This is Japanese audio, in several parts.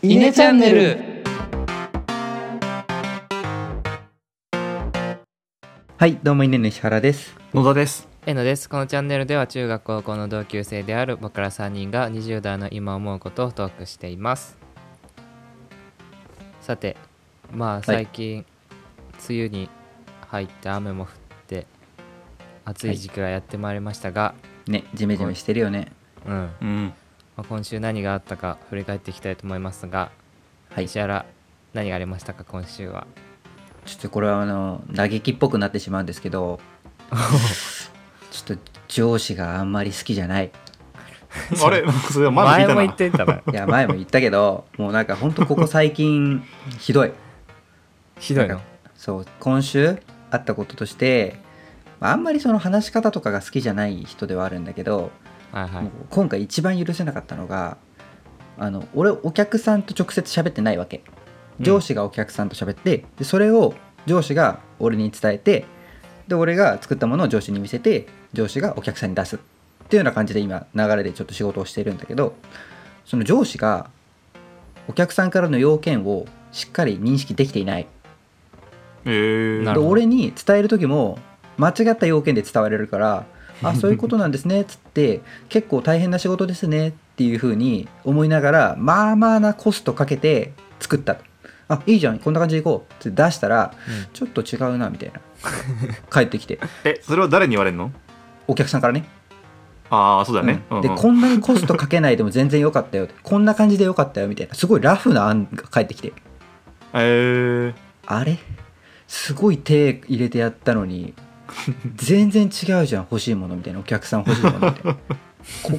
イネチャンネルはい、どうもイネの石原です。野田です。えのですこのチャンネルでは中学高校の同級生である僕ら3人が20代の今思うことをトークしていますさてまあ最近、梅雨に入って雨も降って暑い時期がやってまいりましたが、ね、ジメジメしてるよね。うんまうん。あ、今週何があったか振り返っていきたいと思いますが、はい、石ちょ原何がありましたか今週はっとこれはあの嘆きっぽくなってしまうんですけど、ちょっと上司があんまり好きじゃ ない。あれ それは前前もも聞い言たっな。てた ないや前も言ったけど、もうなんか本当ここ最近ひどい。ひどいのそう、今週あったこととして、まああんまりその話し方とかが好きじゃない人ではあるんだけど、はいもはうい今回一番許せなかったのがあの俺お客さんと直接喋ってないわけうん上司がお客さんと喋って、でそれを上司が俺に伝えてで俺が作ったものを上司に見せて上司がお客さんに出すっていうような感じで今流れでちょっと仕事をしてるんだけどその上司がお客さんからの要件をしっかり認識できていないえーなでるほど俺に伝える時も間違った要件で伝われるから「あそういうことなんですね」っつって「結構大変な仕事ですね」っていうふうに思いながらまあまあなコストかけて作ったと「あいいじゃんこんな感じでいこう」って出したら、うんちょっと違うなみたいな帰ってきてえ、それは誰に言われるのお客さんからねああ、そうだね。うんうんでうんこんなにコストかけないでも全然良かったよってこんな感じで良かったよみたいなすごいラフな案が返ってきてえーあれすごい手入れてやったのに全然違うじゃん欲しいものみたいなお客さん欲しいものみたいなこ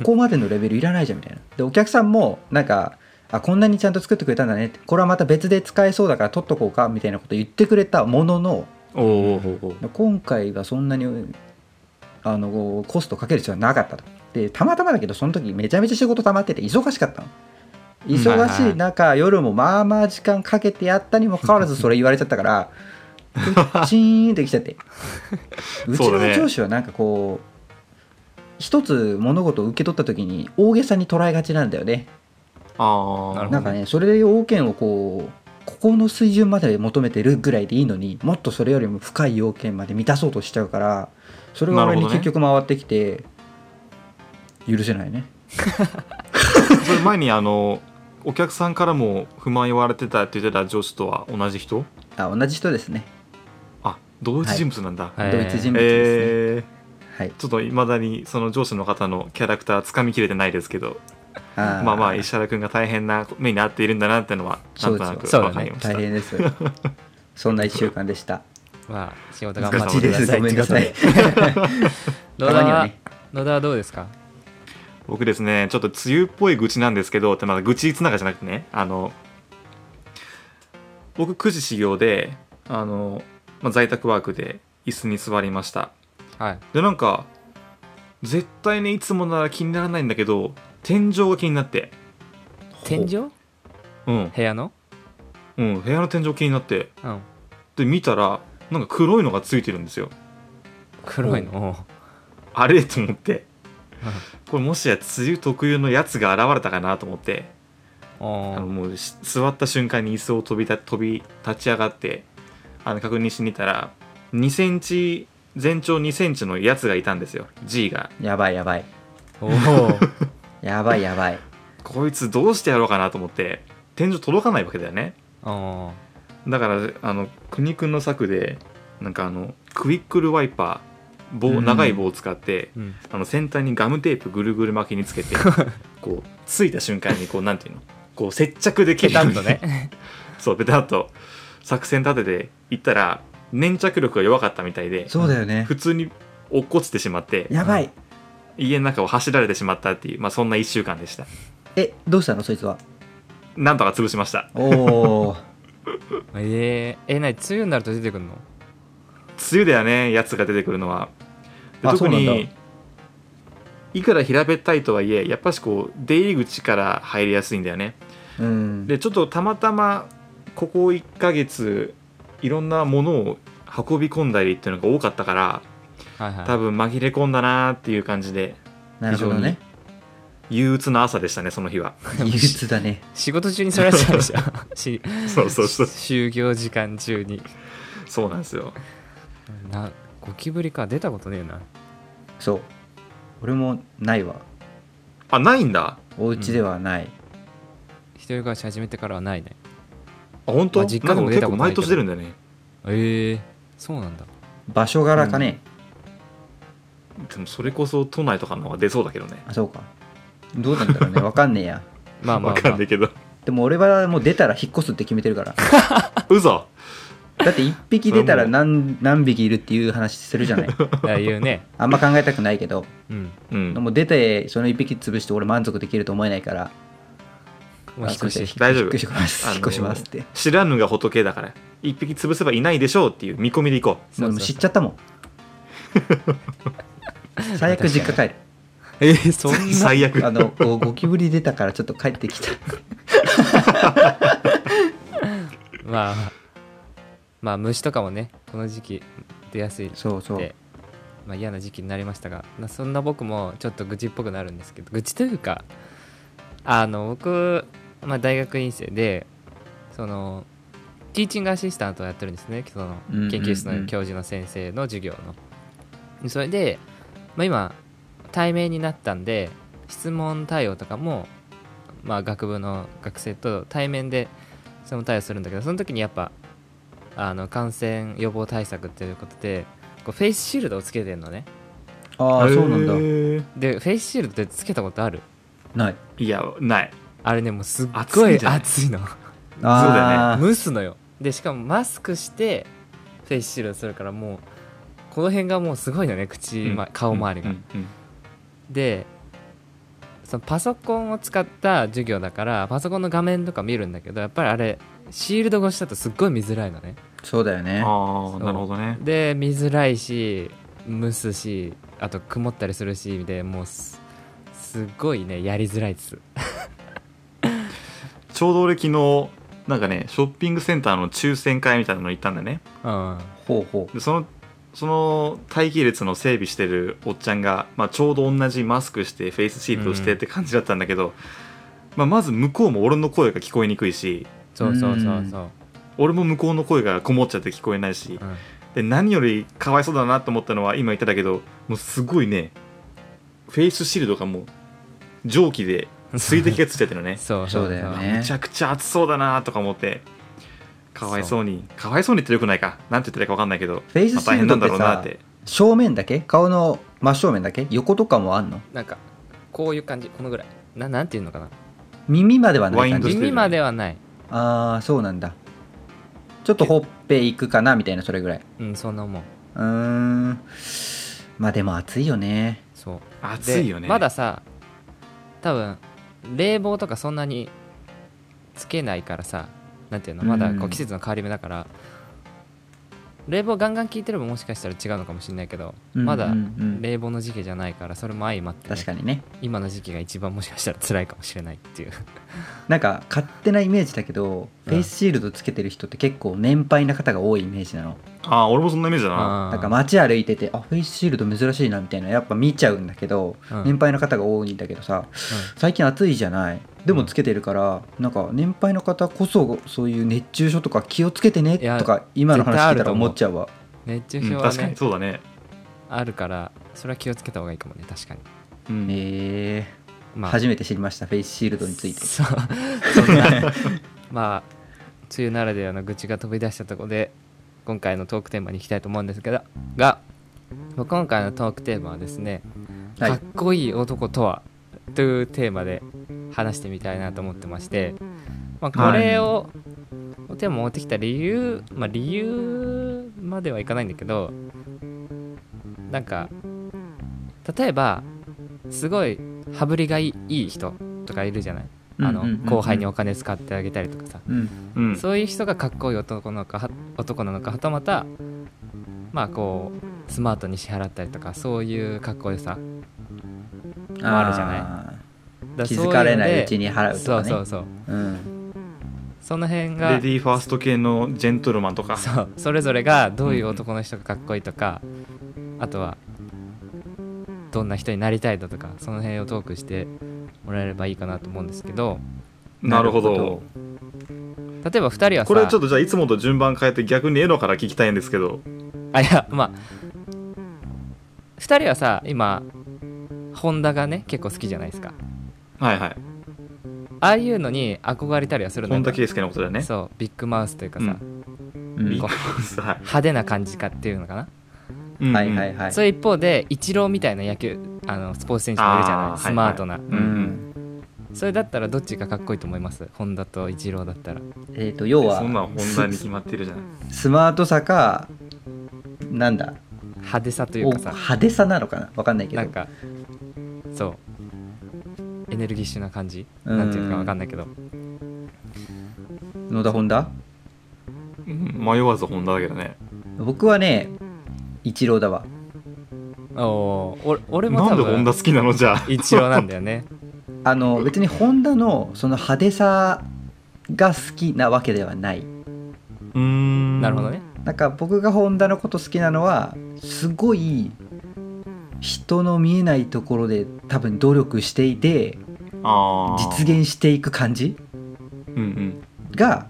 こまでのレベルいらないじゃんみたいなでお客さんもなんかあこんなにちゃんと作ってくれたんだねってこれはまた別で使えそうだから取っとこうかみたいなこと言ってくれたもののおおおーおー今回がそんなにあのコストかける必要はなかったとでたまたまだけどその時めちゃめちゃ仕事溜まってて忙しかったの忙しい中夜もまあまあ時間かけてやったにもかかわら ずそれ言われちゃったからうっちーんってきちゃってうちそうだのね上司はなんかこう一つ物事を受け取った時に大げさに捉えがちなんだよねなるああ。ほどなんかねそれで要件をこうここの水準まで求めてるぐらいでいいのにもっとそれよりも深い要件まで満たそうとしちゃうからそれが俺になるほど結ね局回ってきて、許せないねそれ前にあの、お客さんからも不満言われてたって言ってた上司とは同じ人あ同じ人ですね、あ、同一人物なんだ。はいドイツ人物ですね、えーはいちょっといまだにその上司の方のキャラクターつかみきれてないですけどあーまあまあ石原君が大変な目に遭っているんだなってのはなんとなそくうですよ分かりました大変ですそんな1週間でしたまあ仕事頑張難っしいてくでだすさいごめんなさい野た田まはにはね野田はどうですか僕ですねちょっと梅雨っぽい愚痴なんですけどってまだ愚痴つながりじゃなくてねあの僕9時始業であの、まあ、在宅ワークで椅子に座りましたはいでなんか絶対ねいつもなら気にならないんだけど天井が気になって天井うん、部屋のうん、部屋の天井気になってうんで見たらなんか黒いのがついてるんですよ黒いのあれと思ってうんこれもしや梅雨特有のやつが現れたかなと思っておおあのもうし座った瞬間に椅子を飛びた飛び立ち上がってあの確認しに行ったら2センチ全長2センチのやつがいたんですよ G がやばいやばいおおやばいやばいこいつどうしてやろうかなと思って天井届かないわけだよねおおだからあの国くんの策でなんかあのクイックルワイパー棒、うん長い棒を使ってうんあの先端にガムテープぐるぐる巻きにつ けてこうついた瞬間にこうなんていうのこう接着できペるよタうンにとねそうベタっと作戦立てて行ったら粘着力が弱かったみたいでそうだよね普通に落っこちてしまってやばい家の中を走られてしまったっていう、まあ、そんな1週間でしたえどうしたのそいつはなんとか潰しましたおおー えー、えなに梅雨になると出てくるの梅雨だよねやつが出てくるのはであ特そうなんにだいくら平べったいとはいえやっぱしこう出入り口から入りやすいんだよねうんでちょっとたまたまここ1ヶ月いろんなものを運び込んだりっていうのが多かったからはいはい多分紛れ込んだなーっていう感じでなるほどね憂鬱な朝でしたねその日は憂鬱だね仕事中にそれやってたんでしょしそうそうそう就業時間中にそうなんですよなゴキブリか出たことねえなそう俺もないわあないんだあお家ではない、一人暮らし始めてからはないね本当、まあ実家でもなんか出結たこ構とない毎けど年出るんだよねええそうなんだ場所柄かね、でもそれこそ都内とかの方が出そうだけどねあそうかどうなんだろうねわかんねえやまあまあ、わまかあんないけどでも俺はもう出たら引っ越すって決めてるから嘘だって1匹出たらそれ何何匹いるっていう話するじゃないああいうねあんま考えたくないけどうんうんもう出てその1匹潰して俺満足できると思えないからもうあ引っ越すいませんし大丈夫引っ越しますあのー引っ越しますって知らぬが仏だから一匹潰せばいないでしょうっていう見込みでいこそもううそうそう知っちゃったもん最悪実家帰えー、そんうな最悪るあのゴゴキブリ出たからちょっと帰ってきたまあまあ虫とかもねこの時期出やすいっそうそうてまあ嫌な時期になりましたがなそんな僕もちょっと愚痴っぽくなるんですけど愚痴というかあの僕、まあ、大学院生でそのティーチングアシスタントをやってるんですねそのうんうんうん研究室の教授の先生の授業の、それで、まあ、今対面になったんで質問対応とかも、まあ、学部の学生と対面で質問対応するんだけどその時にやっぱあの感染予防対策っていうことでこうフェイスシールドをつけてるのねああそうなんだへーでフェイスシールドってつけたことあるないいやないあれねもうすっ熱ごいんいじゃない熱いのあー蒸すのよでしかもマスクしてフェイスシールドするからもうこの辺がもうすごいのね口、ま顔周りが、うんうんでそのパソコンを使った授業だからパソコンの画面とか見るんだけどやっぱりあれシールド越しだとすっごい見づらいのねそうだよねあそあうなるほどねで見づらいし蒸すしあと曇ったりするしでもうすすっごいねやりづらいですちょうど俺昨日なんかねショッピングセンターの抽選会みたいなの行ったんだよねうんほうほうでそのその待機列の整備してるおっちゃんが、まあ、ちょうど同じマスクしてフェイスシールドしてって感じだったんだけど、まあ、まず向こうも俺の声が聞こえにくいしそうそうそうそう俺も向こうの声がこもっちゃって聞こえないしうんで何よりかわいそうだなと思ったのは今言っただけどもうすごいねフェイスシールドがもう蒸気で水滴がついちゃってるのねそうそう そうだよねめちゃくちゃ暑そうだなとか思ってかわいそうにかわいそうにってよくないかなんて言ったらいいか分かんないけどフェイスまあシー大ル変ドなっんてださろうなって正面だけ顔の真正面だけ横とかもあんのなんかこういう感じこのぐらいななんていうのかな耳まではない感どうじワインしてる耳まではないああそうなんだちょっとほっぺいくかなみたいなそれぐらいうんそんなもんうーんまあでも暑いよねそうで暑いよねまださ多分冷房とかそんなにつけないからさなんていうのまだこううん季節の変わり目だから、冷房ガンガン効いてればもしかしたら違うのかもしれないけど、うんまだうんうん冷房の時期じゃないからそれも相まってね、確かにね今の時期が一番もしかしたら辛いかもしれないっていうなんか勝手なイメージだけど、うんフェイスシールドつけてる人って結構年配な方が多いイメージなのああ俺もそんなイメージだなあーなんか街歩いててあフェイスシールド珍しいなみたいなやっぱ見ちゃうんだけど、うん年配の方が多いんだけどさ最近暑いじゃないでもつけてるから、なんか年配の方こそそういう熱中症とか気をつけてねいやとか今の話聞いたら思っちゃうわ熱う中ん症は確かねに、そうだねあるからそれは気をつけた方がいいかもね確かにうんえーまあ初めて知りましたフェイスシールドについてそう そんな まあ梅雨ならではの愚痴が飛び出したところで今回のトークテーマに行きたいと思うんですけどがまあ今回のトークテーマはですね、はいかっこいい男とはというテーマで話してみたいなと思ってまして、まあ、これを、テーマ持ってきた理由まあ理由まではいかないんだけどなんか例えばすごい羽振りがいいいい人とかいるじゃないあのうんうんうんうん後輩にお金使ってあげたりとかさうんうんそういう人がかっこいい男なのかは男なのかはたまたまあこうスマートに支払ったりとかそういうかっこよさもあるじゃないい気づかれないうちにに払うとそかうねそうそううんその辺がレディーファースト系のジェントルマンとかそうそれぞれがどういう男の人がかっこいいとかあとはどんな人になりたいだとかその辺をトークしてもらえればいいかなと思うんですけどなるほどなるほ例えば2人はさこれちょっとじゃあいつもと順番変えて逆にエロから聞きたいんですけどあいやまあ2人はさ今ホンダがね結構好きじゃないですかはいはいああいうのに憧れたりはするのよ本田圭佑のことだよねそうビッグマウスというかさ、うんうんビッグマウスはい派手な感じかっていうのかな、うんうんはいはいはいそういう一方でイチローみたいな野球あのスポーツ選手もいるじゃないあーはいはいスマートな、ううんそれだったらどっちがかっこいいと思いますホンダとイチローだったらえっ、と要はそんなん本田に決まってるじゃないスマートさかなんだ派手さといおうかさ派手さなのかなわかんないけどなんかそうエネルギッシュな感じうんなんていうかわかんないけど野田本田うん迷わず本田だけどね僕はね一郎だわおおー俺俺もな多んで本分田好きなのじゃあイチローなんだよねあの別にホンダのその派手さが好きなわけではないうーん なるほどねなんか僕がホンダのこと好きなのはすごい人の見えないところで多分努力していてああ実現していく感じうんが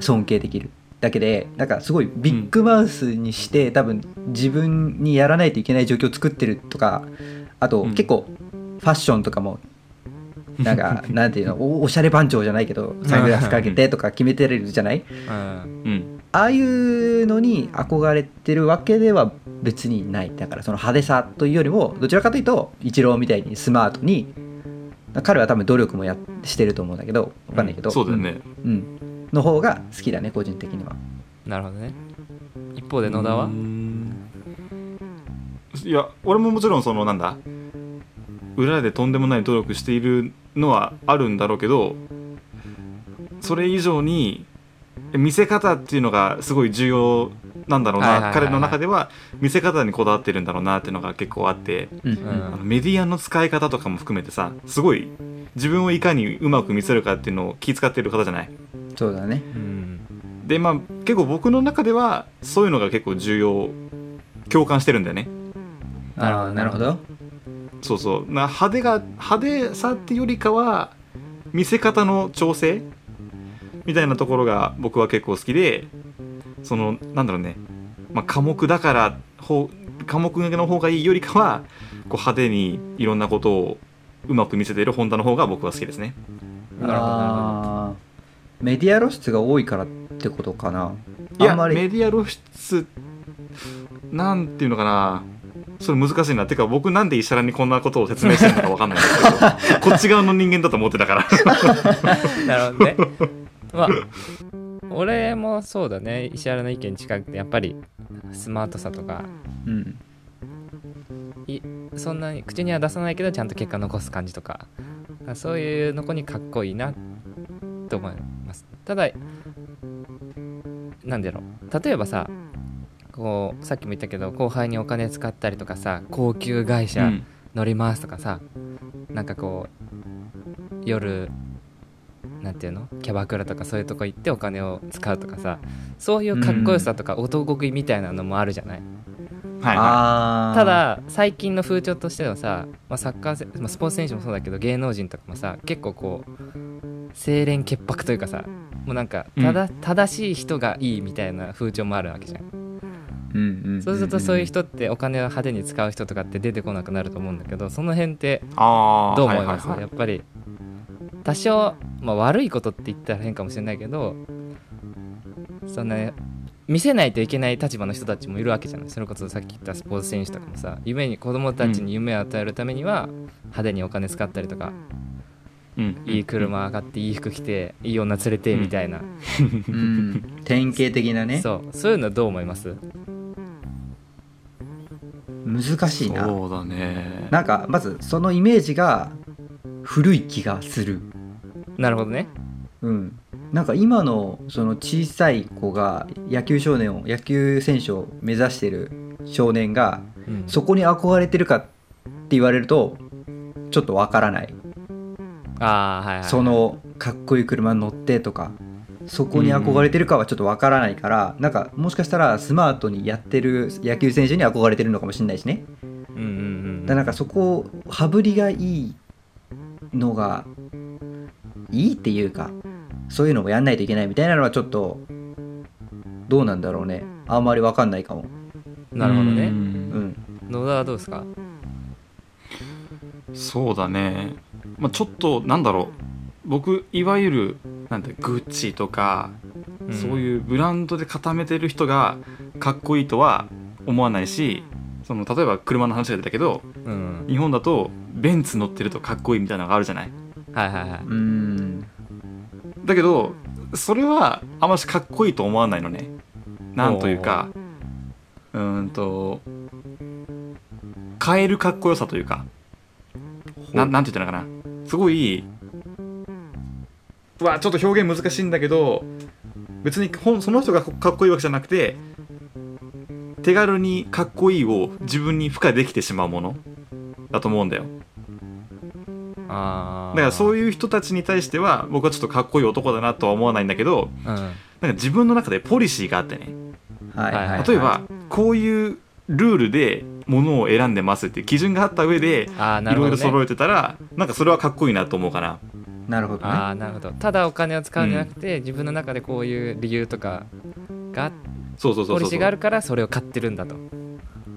尊敬できるだけでなんかすごいビッグマウスにして、多分自分にやらないといけない状況を作ってるとかあと、うん結構ファッションとかもなん かなんていうのおおしゃれ番長じゃないけどサングラスかけてとか決めてるじゃないうんうんうんああいうのに憧れてるわけでは別にないだからその派手さというよりもどちらかというとイチローみたいにスマートに彼は多分努力もやしてると思うんだけどわかんないけど、そうだよねうん、の方が好きだね個人的にはなるほどね一方で野田はうーんいや俺ももちろんそのなんだ裏でとんでもない努力しているのはあるんだろうけどそれ以上に見せ方っていうのがすごい重要なんだろうはいはいはないはい彼の中では見せ方にこだわってるんだろうなっていうのが結構あってうんんあのメディアの使い方とかも含めてさすごい自分をいかにうまく見せるかっていうのを気遣ってる方じゃないそうだねうんでまあ結構僕の中ではそういうのが結構重要共感してるんだよねなるほどあーなるほどそうそうな派手が派手さってよりかは見せ方の調整みたいなところが僕は結構好きでそのなんだろうね、まあ、科目だからほう科目の方がいいよりかはこう派手にいろんなことをうまく見せている本田の方が僕は好きですね。なるほどなるほどあーメディア露出が多いからってことかないやあんまりメディア露出なんていうのかなそれ難しいなてか僕なんで石原にこんなことを説明してるのか分かんないんです けどこっち側の人間だと思ってたからなるほどねまあ俺もそうだね石原の意見に近くてやっぱりスマートさとかうんそんなに口には出さないけどちゃんと結果残す感じとかそういうの子にかっこいいなと思いますただ何だろう例えばさこうさっきも言ったけど後輩にお金使ったりとかさ高級会社、うん乗りますとかさなんかこう夜なんていうのキャバクラとかそういうとこ行ってお金を使うとかさそういうかっこよさとか男食いみたいなのもあるじゃない、はいはいあーただ最近の風潮としてはさ、まあ、サッカーせ、まあ、スポーツ選手もそうだけど芸能人とかもさ結構こう清廉潔白というかさもうなんかただ、正しい人がいいみたいな風潮もあるわけじゃんうんうんんんそうするとそういう人ってお金を派手に使う人とかって出てこなくなると思うんだけどその辺ってああどう思います、はいはいやはっぱり多少、まあ、悪いことって言ったら変かもしれないけどそんな見せないといけない立場の人たちもいるわけじゃないそれこそさっき言ったスポーツ選手とかもさ夢に子供たちに夢を与えるためには派手にお金使ったりとか、いうんいい車上がっていい服着ていい女連れてみたいな、うん典型的なねそうそういうのどう思います難しいなそうだねなんかまずそのイメージが古い気がするなるほどねうんなんか今のその小さい子が野球少年を野球選手を目指してる少年がうんそこに憧れてるかって言われるとちょっとわからないああはいはいそのかっこいい車に乗ってとかそこに憧れてるかはちょっとわからないから、なんかもしかしたらスマートにやってる野球選手に憧れてるのかもしれないしねうんうんうんだからなんかそこを羽振りがいいのがいいっていうかそういうのもやんないといけないみたいなのはちょっとどうなんだろうねあんまりわかんないかもなるほどねうねん野田はどうですかそうだね、まあ、ちょっとなんだろう僕いわゆるなんてグッチとか、そうういうブランドで固めてる人がかっこいいとは思わないしその例えば車の話が出たけどん、うん、日本だとベンツ乗ってるとかっこいいみたいなのがあるじゃないはいはいはいうんだけどそれはあましかっこいいと思わないのねなんというかうーんと変えるかっこよさというかななんて言ったらいいのかなすごいうわちょっと表現難しいんだけど別にほんその人がかっこいいわけじゃなくて手軽にかっこいいを自分に付加できてしまうものだと思うんだよあだからそういいう人たちに対しては僕はちょっとかっこいい男だなとは思わないんだけどうん、はいなんか自分の中でポリシーがあってねはいはい、はい、例えばこういうルールでものを選んでますっていう基準があった上でああいなるほろいど、ろね、揃えてたらなんかそれはかっこいいなと思うかななるほどねああなるほどただお金を使うんじゃなくて、自分の中でこういう理由とかがそうそうそポうリそうシーがあるからそれを買ってるんだと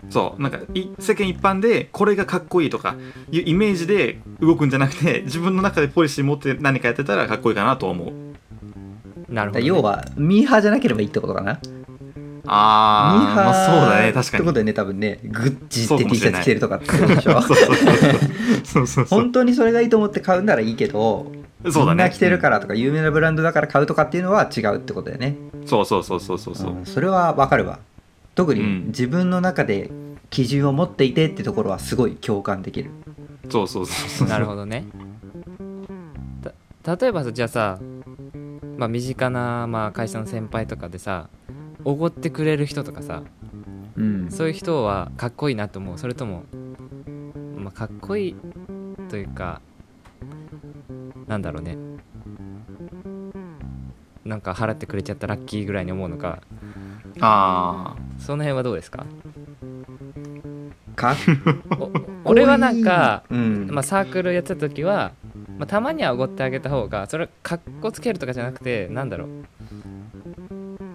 そうなんかい世間一般でこれがかっこいいとかいうイメージで動くんじゃなくて自分の中でポリシー持って何かやってたらかっこいいかなと思うなるだからほどね、要はミーハーじゃなければいいってことかなあミーーハー、まあそうだね確かってこにとでね多分ねグッチっそうてかも T シしれャなツい着てるとかってことでしょそうそうそう 本当にそれがいいと思って買うんならいいけどそうだみんねな着てるからとか有名なブランドだから買うとかっていうのは違うってことだよね、そうそうそうそうそうそううん、それはわかるわ特にうん自分の中で基準を持っていてってところはすごい共感できるそうそうそうなるほほどねた例えばさじゃあさ、まあ、身近な、まあ、会社の先輩とかでさおごってくれる人とかさうんそういう人はかっこいいなと思うそれとも、まあ、かっこいいというかなんだろうねなんか払ってくれちゃったラッキーぐらいに思うのかどあその辺はどうですか かっお俺はなんか、うんまあ、サークルやってた時は、まあ、たまにはおごってあげた方がそれかっこつけるとかじゃなくてなんだろう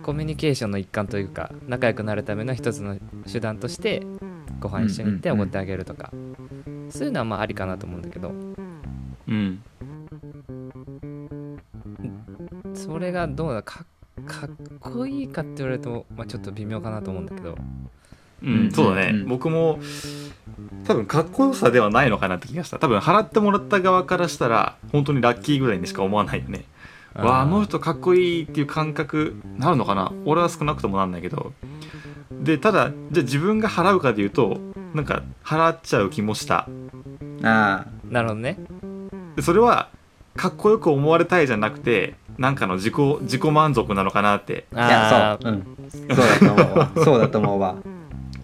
コミュニケーションの一環というか仲良くなるための一つの手段としてご飯一緒に行ってうおんうんごうんってあげるとか、そういうのはまあありかなと思うんだけどーうんそれがどうだかかっこいいかって言われると、まあ、ちょっと微妙かなと思うんだけどうん、そうだね、うん僕も多分かっこよさではないのかなって気がした多分払ってもらった側からしたら本当にラッキーぐらいにしか思わないよねわああの人かっこいいっていう感覚なるのかな俺は少なくともなんないけどでただじゃあ自分が払うかでいうとなんか払っちゃう気もしたあなるほどねでそれはかっこよく思われたいじゃなくてなんかの自己自己満足なのかなってあいやあそう、うん、そうだと思うわそうだと思うわ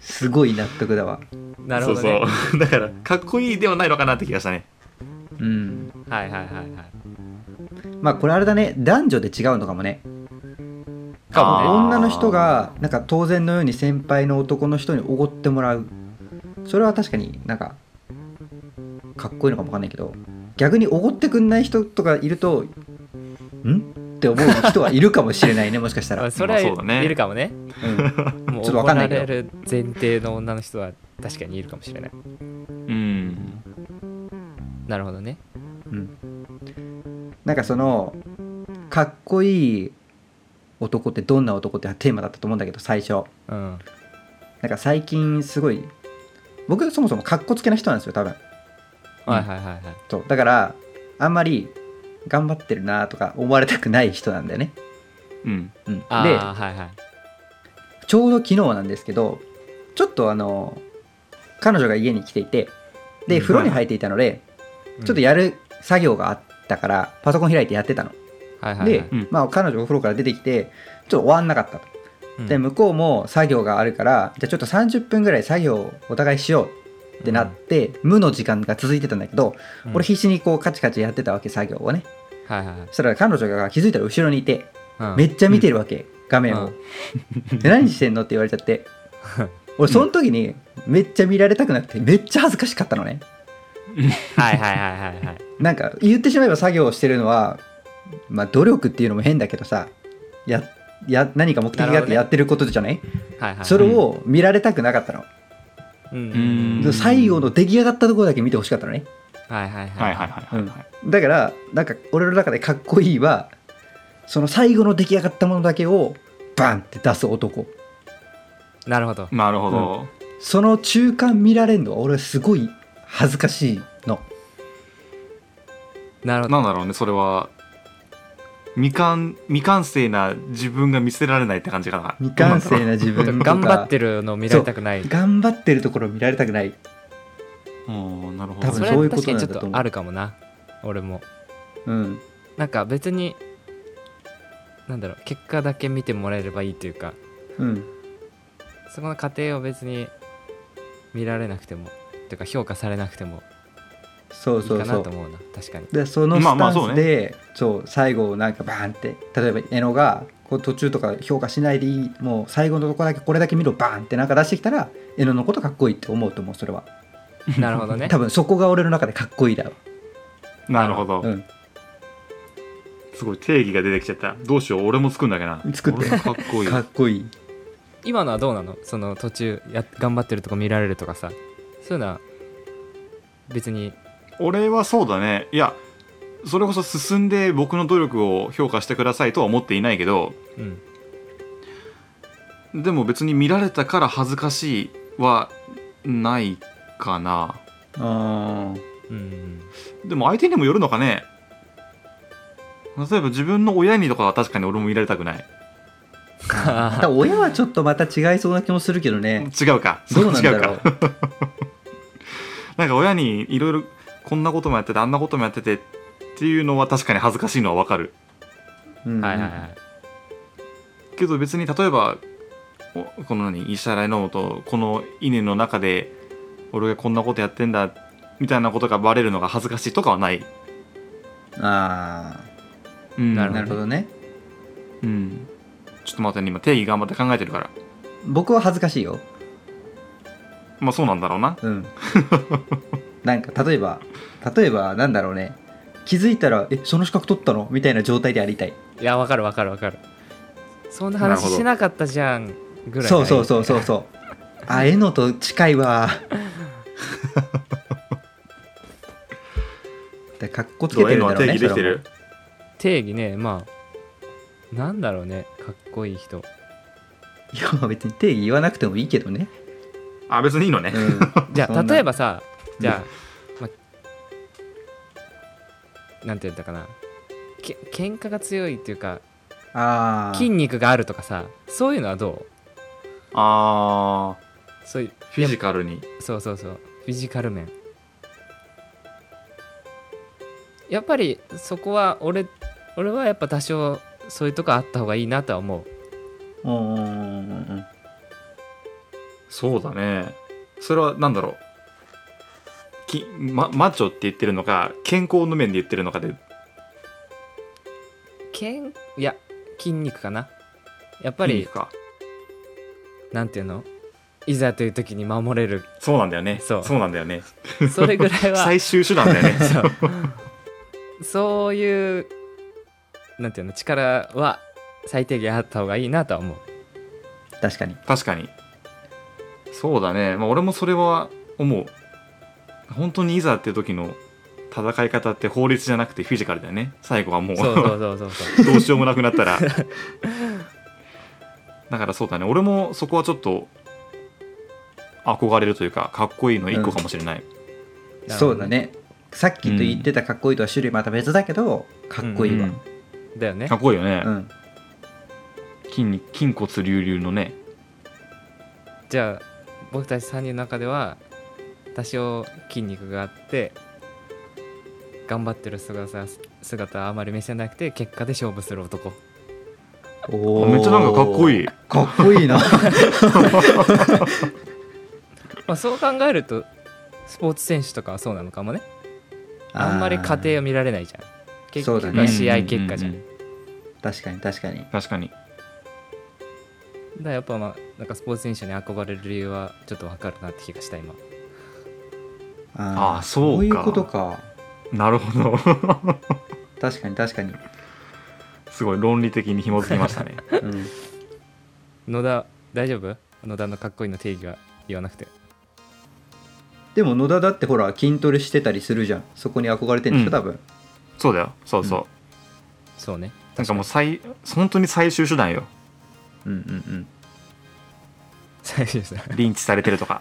すごい納得だわーなるほどねそうそう だからかっこいいではないのかなって気がしたねうんはいはいはいはいまあこれあれだね男女で違うのかもねかもねあー女の人がなんか当然のように先輩の男の人におごってもらうそれは確かになんかかっこいいのかもわかんないけど逆におごってくんない人とかいるとんって思う人はいるかもしれないねもしか したら、あうん、ちそれはまあそうだねいるかもねょもうちょっと怒わかんならいけどれる前提の女の人は確かにいるかもしれないうんなるほどねなんかそのかっこいい男ってどんな男ってテーマだったと思うんだけど最初うんなんか最近すごい僕そもそもかっこつけな人なんですよ多分はいはいはいはいそうだからあんまり頑張ってるなとか思われたくない人なんだよね、うんうん、でああはいはいちょうど昨日なんですけどちょっとあの彼女が家に来ていてうでん風呂に入っていたので、ちょっとややる作業があったからパソコン開いてやってたの、はいはいはいで、うんまあ、彼女お風呂から出てきてちょっと終わんなかったと、うんで向こうも作業があるからじゃあちょっと30分ぐらい作業をお互いしようってなって、無の時間が続いてたんだけど、うん俺必死にこうカチカチやってたわけ作業をねはいはいはいそしたら彼女が気づいたら後ろにいてうんめっちゃ見てるわけ、画面うをん。で 何してんのって言われちゃっ て俺その時にめっちゃ見られたくなくてめっちゃ恥ずかしかったのね。はいはいはいはいはいなんか言ってしまえば作業をしてるのは、まあ、努力っていうのも変だけどさやや何か目的がなあるっほどてねやってることじゃないはいはいそれを見られたくなかったの、ううーんで最後の出来上がったところだけ見てほしかったのねはいはいははいいはいはいはいはいだからなんか俺の中でかっこいいはその最後の出来上がったものだけをバンって出す男なるほどなるほど、その中間見られるのは俺はすごい恥ずかしいのなるほどなんだろうねそれは未完未完成な自分が見せられないって感じかな未完成なな自分とか頑張ってるのを見られたくない頑張ってるところを見られたくないうんなるほ多ど分そそういれうこはと確かにちょなんだっとと思うあるかもな俺もうんなんか別になんだろう結果だけ見てもらえればいいというかうんそこの過程を別に見られなくてもというか評価されなくてもそういいそうかそなうと思うな確かに でそのスまあまタあそうンスねで、そう最後なんかバーンって例えば絵のがこう途中とか評価しないでいいもう最後のとこだけこれだけ見ろバーンってなんか出してきたら絵ののことかっこいいって思うと思うそれはなるほどね多分そこが俺の中でかっこいいだろなるほど、う、うん、すごい定義が出てきちゃったどうしよう俺も作んなきゃな作って俺もかっこいいかっこいい今のはどうなのその途中や頑張ってるとこ見られるとかさそういうのは別に俺はそうだねいやそれこそ進んで僕の努力を評価してくださいとは思っていないけどうんでも別に見られたから恥ずかしいはないかなあーうんうんでも相手にもよるのかね例えば自分の親にとかは確かに俺も見られたくないまた親はちょっとまた違いそうな気もするけどね違うかどうなんだろ 違ううかなんか親にいろいろこんなこともやっててあんなこともやっててっていうのは確かに恥ずかしいのはわかるうん はいはいはいけど別に例えばおこの何石原のとこの稲の中で俺がこんなことやってんだみたいなことがバレるのが恥ずかしいとかはない、あうん、なあなるほどねうん、ちょっと待ってね今定義頑張って考えてるから僕は恥ずかしいよまあそうなんだろうなうん なんか例えば例えばなんだろうね気づいたら「えその資格取ったの?」みたいな状態でありたいいやわかるわかるわかるそんななるほ話どしなかったじゃんぐらいがいそういそうそうそう そうあえのと近いわだからかっこつけどうていうるんだのろはう定ね義できてる定義ねまあなんだろうねかっこいい人それはもういやまあ別に定義言わなくてもいいけどね、あ別にいいのね、うんじゃそあんな例えばさじゃあ、まあ、なんて言うんだかなけ喧嘩が強いっていうかああ筋肉があるとかさそういうのはどあーうそういうフィジカルにそうそうそうフィジカル面やっぱりそこは俺俺はやっぱ多少そういうとこあった方がいいなとは思ううんうんうんうんうんそうだねそれは何だろうき、ま、マッチョって言ってるのか健康の面で言ってるのかでけんいや筋肉かなやっぱいいりかなんていうのいざという時に守れる そうなんだよねそうそうなんだよねそれぐらいは最終手段だよねそうそういうなんていうの力は最低限あった方がいいなとは思う確かに確かにそうだね、まあ、俺もそれは思う本当にいざっていう時の戦い方って法律じゃなくてフィジカルだよね最後はもうそうそうそうそうそうどうしようもなくな ったらだからそうだね俺もそこはちょっと憧れるというかかっこいいの一個かもしれない、なるほ そどうだねさっきと言ってたかっこいいとは種類また別だけどかっこいいわ、だよねかっこいいよね、うん、筋に筋骨隆々のねじゃあ僕たち3人の中では多少筋肉があって頑張ってる姿姿はあまり見せなくて結果で勝負する男おーめっちゃなんかかっこいいかっこ いいなまあ、そう考えるとスポーツ選手とかはそうなのかもねあんまり過程を見られないじゃん結そう局だねは試合結果じゃんううう確かに確かに確かにだからやっぱまあなんかスポーツ選手に憧れる理由はちょっとわかるなって気がした今ああーーそうかそういうことかなるほど 確かに確かに、すごい論理的に紐づきましたねうん、野田大丈夫野田のかっこいいの定義は言わなくてでも野田だってほら筋トレしてたりするじゃんそこに憧れてんでしょ、うん多分そうだよそうそう、そうね なんかもう最本当に最終手段ようんうん最初ですねリンチされてるとか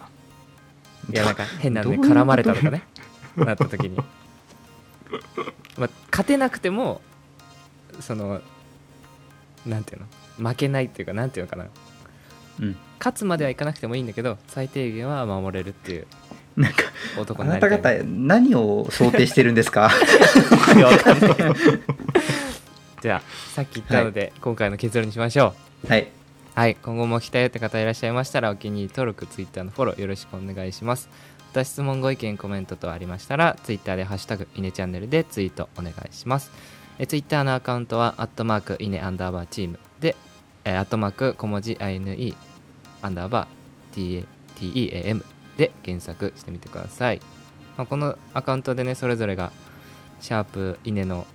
いやなんか変なのにどういうこと絡まれたとかねなった時に、まあ、勝てなくてもそのなんていうの負けないっていうかなんていうのかなうんうん勝つまではいかなくてもいいんだけど最低限は守れるっていうなんか男あにななりたたい方何を想定してるんですか いやわかんない じゃあさっき言ったので、今回の結論にしましょうはいはい、今後も来たよって方いらっしゃいましたらお気に入り登録、ツイッターのフォローよろしくお願いします。また質問、ご意見、コメント等ありましたら、ツイッターでハッシュタグ、イネチャンネルでツイートお願いします。えツイッターのアカウントは、アットマーク、イネアンダーバーチームで、えアットマーク、小文字 INE、アンダーバー、TEAM で検索してみてください。まあ、このアカウントでね、それぞれが、シャープ、イネの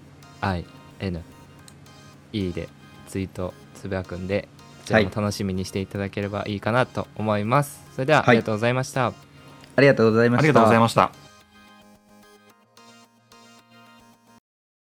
I、N、E でツイートつぶやくんで、こちらも楽しみにしていただければいいかなと思います。それでは、はいありがとうございました。ありがとうございましたありがとうございました